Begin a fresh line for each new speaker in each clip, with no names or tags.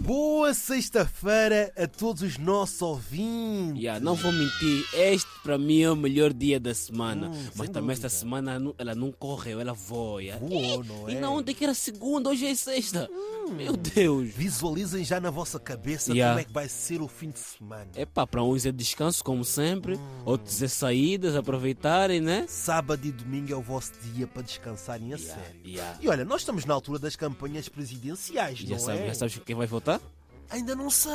Boa sexta-feira a todos os nossos ouvintes.
Yeah, não vou mentir, este para mim é o melhor dia da semana.
Hum,
Mas
sem
também
dúvida.
esta semana nu- ela não correu, ela voia.
Voou, não
E
é? Hum.
na ontem que era segunda, hoje é sexta. Meu Deus.
Visualizem já na vossa cabeça
Yeah.
como é que vai ser o fim de semana.
É pá, para uns é descanso, como sempre.
Hum.
Outros é saídas, aproveitarem, né?
Sábado e domingo é o vosso dia para descansarem a
Yeah,
sério.
yeah.
E olha, nós estamos na altura das campanhas presidenciais,
Já
não
sabes,
é?
já sabes quem vai votar?
Ainda não sei.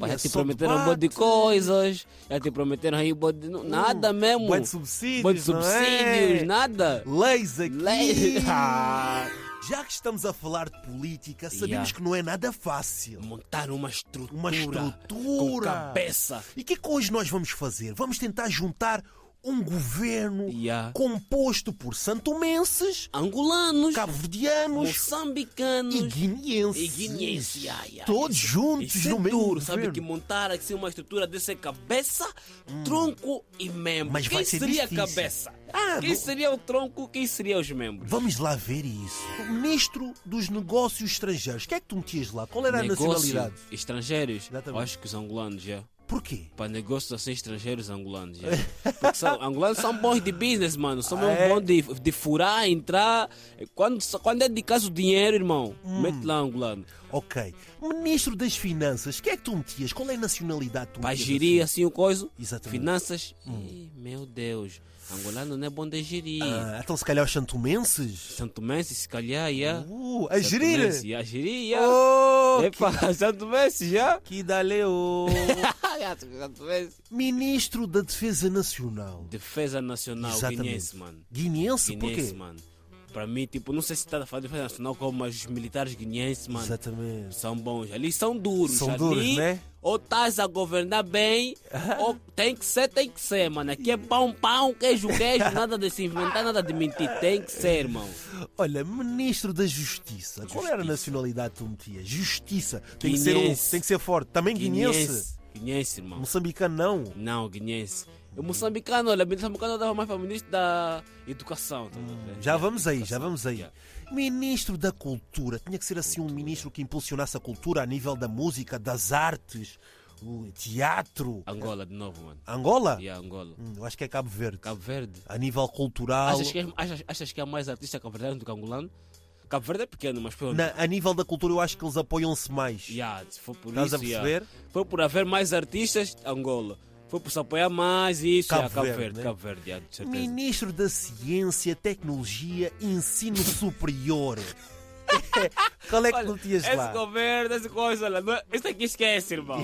Pá,
É
já te
só
prometeram um monte de
debate.
coisas, já te prometeram aí um monte de... Nada mesmo.
Bué Hum. de subsídios,
Bué de
não é?
subsídios, nada.
Leis aqui.
Lei- Ah.
Já que estamos a falar de política, sabemos
Yeah.
que não é nada fácil.
Montar uma estrutura.
Uma
Com
estrutura.
cabeça.
E o que é que hoje nós vamos fazer? Vamos tentar juntar um governo
Yeah.
composto por santomenses,
Angolanos.
cabo-verdianos
moçambicanos
e guineenses.
e guineenses. Ya, ya,
Todos
isso-
juntos
isso é
no mesmo
duro, sabe
governo. Hum.
que montar assim uma estrutura dessa cabeça, tronco e membro.
Mas
quem
vai ser
seria
difícil.
a cabeça?
Ah,
quem
não-
seria o tronco? Quem seria os membros?
Vamos lá ver isso. O ministro dos Negócios Estrangeiros, o que é que tu metias lá? Qual era a
Negócio
nacionalidade?
estrangeiros,
Exatamente.
Eu acho que os angolanos já.
Porquê?
Para negócios assim estrangeiros angolanos já. Porque são, angolanos são bons de business, mano. São
É.
mesmo bons de, de furar, entrar. Quando, quando é de caso dinheiro, irmão,
Hum.
mete lá angolano.
Ok. Ministro das Finanças, o que é que tu metias? Qual é a nacionalidade que tu
Para
metias
gerir
assim?
assim o coiso,
Exatamente.
finanças. Ih, meu Deus, angolano não é bom de gerir.
Ah, então se calhar os santomenses?
Santo Messi, se calhar, já.
Uh, a
Santo
gerir?
Messi, a gerir, já.
Oh,
Epa, Santo Messi, já.
que daleu!
Santo Messi.
Ministro da Defesa Nacional.
Defesa Nacional
Exatamente.
guinense, mano.
Guineense,
Guinense,
porquê?
mano. Para mim, tipo, não sei se está a falar de defesa nacional como, mas os militares guinenses, mano,
Exatamente.
são bons. Ali são duros.
São
ali,
duros, né?
Ou estás a governar bem, ou tem que ser, tem que ser, mano. Aqui é pão, pão, queijo, queijo, nada de se inventar, nada de mentir. Tem que ser, irmão.
Olha, Ministro da Justiça. Qual era a
Justiça.
nacionalidade que tu metias? Justiça. Tem que, ser um,
Guinense.
tem que ser forte. Também guinense.
Guinense. Guinense, irmão.
Moçambicano, não.
Não, guinense. O moçambicano, olha, o moçambicano dava mais para o ministro da educação. tá a ver?
Hum, Já
É,
vamos aí, já
educação,
vamos aí.
yeah.
Ministro da Cultura. Tinha que ser assim um ministro que impulsionasse a cultura a nível da música, das artes, o teatro.
Angola, de novo, mano.
Angola?
E Angola.
Hum, eu acho que é Cabo Verde.
Cabo Verde.
A nível cultural.
Achas que, é- achas, achas que há mais artista cabo-verdiano do que angolano? Cabo Verde é pequeno, mas pelo
Na- a nível da cultura, eu acho que eles apoiam-se mais.
Yeah, se for por
Estás
isso,
a perceber?
yeah. Foi por haver mais artistas, Angola. Foi por se apoiar mais isso,
Cabo
yeah, Cabo
Verde,
Verde,
né?
Cabo Verde, yeah, de certeza.
Ministro da Ciência, Tecnologia e Ensino Superior. Qual é que tu tinhas
esse
lá?
governo, essa coisa, olha, não- é- isso aqui esquece, irmão.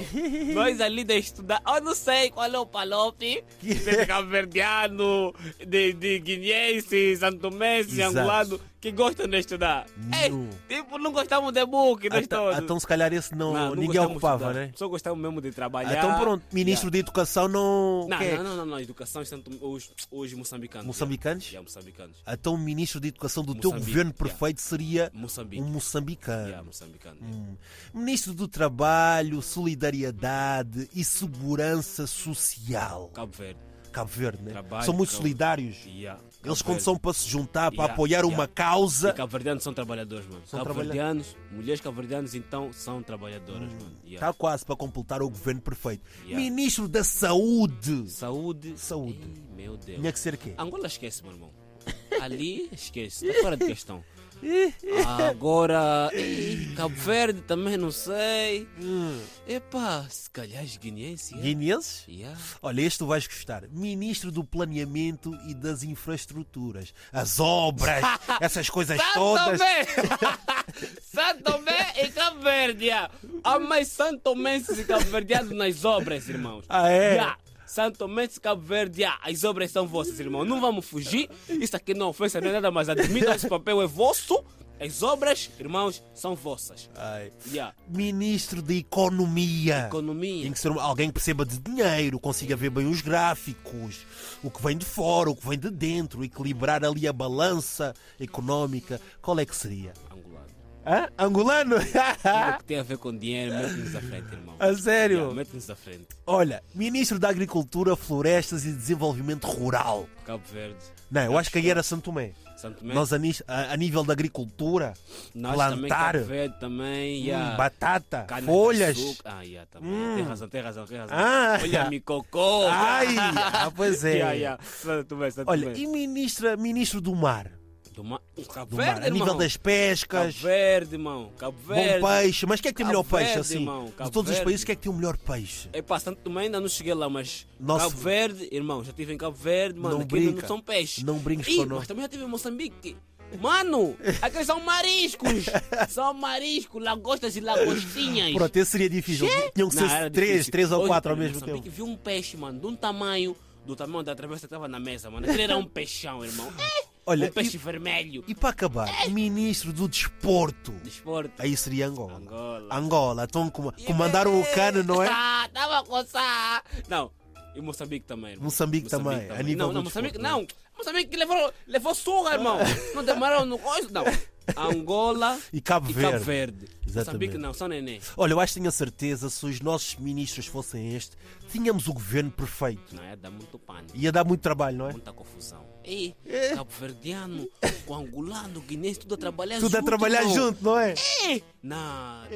Nós ali de estudar, eu não sei qual é o palope
Que- é?
de cabo-verdiano, de, de guineense, santomense,
Exato.
angolano, que gostam de estudar. Ei,
Nu.
tipo, não gostavam de book, nós
Então,
todos.
então, se calhar esse não,
Não, não
ninguém
gostamos de
ocupava,
estudar.
né?
Só gostamos mesmo de trabalhar.
Então pronto, Ministro da Educação não.
Não,
quem é?
não, não, não, não, educação, tanto os, os moçambicanos.
Moçambicanos?
Yeah, yeah, moçambicanos.
Então o Ministro da Educação do teu
Moçambique,
governo
yeah.
perfeito seria
Moçambique.
um moçambicano.
Yeah, moçambicano.
Hum. Ministro do Trabalho, Solidariedade e Segurança Social.
Cabo Verde.
Cabo Verde, né?
Trabalho,
são muito
Cabo-
solidários.
Yeah.
Eles,
Cabo
quando
Verde.
são para se juntar, para
Yeah,
apoiar
yeah.
uma causa,
E cabo-verdianos são trabalhadores, mano.
São
Cabo-verdianos, mulheres cabo-verdianos, então, são trabalhadoras,
Hum.
mano. Yeah.
Está Tá quase para completar o governo perfeito.
Yeah.
Ministro da Saúde.
Saúde.
Saúde.
Ih, meu Deus.
Tinha que ser quê?
Angola esquece, meu irmão. Ali esquece, está fora de questão. Agora, ih, Cabo Verde também não sei.
Hum.
Epá, se calhar os guineenses. yeah.
Guineenses?
Yeah.
Olha, este tu vais gostar. Ministro do Planeamento e das Infraestruturas. As obras, essas coisas todas.
Santo Tomé e Cabo Verde. yeah. Há mais Santo Tomenses e Cabo Verdeanos nas obras, irmãos.
Ah, é?
Yeah. Santo Mendes, Cabo Verde, yeah, as obras são vossas, irmão. Não vamos fugir. Isso aqui não é ofensa, não é nada, mas admitam, esse papel é vosso. As obras, irmãos, são vossas.
Ai.
Yeah.
Ministro da Economia. Tem
Economia.
que ser um- alguém que perceba de dinheiro, consiga ver bem os gráficos, o que vem de fora, o que vem de dentro, equilibrar ali a balança económica. Qual é que seria?
Angolano.
Hã? Angolano?
O que tem a ver com dinheiro, mete-nos à frente, irmão.
A sério?
Yeah, mete-nos à frente.
Olha, Ministro da Agricultura, Florestas e Desenvolvimento Rural.
Cabo Verde,
Não, eu acho que aí era Santo Tomé.
Santo Tomé.
Nós, a, nis- a- a nível da agricultura,
Nós também,
plantar,
Cabo Verde também,
hum,
yeah.
batata,
Cana de
folhas. Hum.
açúcar. Ah, yeah, também. Tem razão, tem razão, tem razão.
Ah.
Olha, me cocô.
Ai, ah, pois é.
Yeah, yeah. Santo Tomé, Santo
Olha,
Tomé.
e ministra, ministro do mar?
Do ma... Cabo
Do
Verde,
mar, a nível
irmão.
das
Cabo
pescas,
Verde, irmão. Cabo
bom
Verde.
peixe. Mas o que é que tem
Cabo
melhor peixe,
Verde,
assim?
irmão,
De
Cabo
todos os
Verde.
países, o que é que tem o melhor peixe?
É pá, Santo Tomé ainda não cheguei lá, mas
Nosso-
Cabo Verde, irmão, já estive em Cabo Verde, mano,
Não
aquilo
brinca.
não são peixes.
Não brinques
Ih,
connosco.
mas também já estive em Moçambique. Mano, aqueles são mariscos. são mariscos, lagostas e lagostinhas.
Pronto, esse seria difícil. Tinham que
Não, era
ser três,
difícil.
três ou
Hoje,
quatro ao
mano,
mesmo
Moçambique
tempo.
vi um peixe, mano, de um tamanho, do tamanho da travessa que estava na mesa, mano. Aquele era um peixão, irmão. É,
Olha,
um peixe
e,
vermelho.
e para acabar, ministro do desporto.
Desporto.
Aí seria Angola.
Angola.
Angola. Então, com- comandaram o cano, não é?
Ah, tava a coçar. Não, e Moçambique também. irmão.
Moçambique também, a nível
não,
do
não, Moçambique,
desporto, né?
não. Moçambique levou, levou surra, irmão. Não demoraram no coisa, não. Angola
E Cabo
e
Verde.
Cabo Verde.
Exatamente.
Moçambique não, são neném.
Olha, eu acho que tenho a certeza, se os nossos ministros fossem este, tínhamos o governo perfeito.
Não, é dar muito pânico.
Ia dar muito trabalho, não é?
Muita confusão. Ei, Cabo Verdeano, com angolano, guinense, tudo a trabalhar
Tudo
junto.
a trabalhar
irmão.
junto, não é?
Ei, Nada.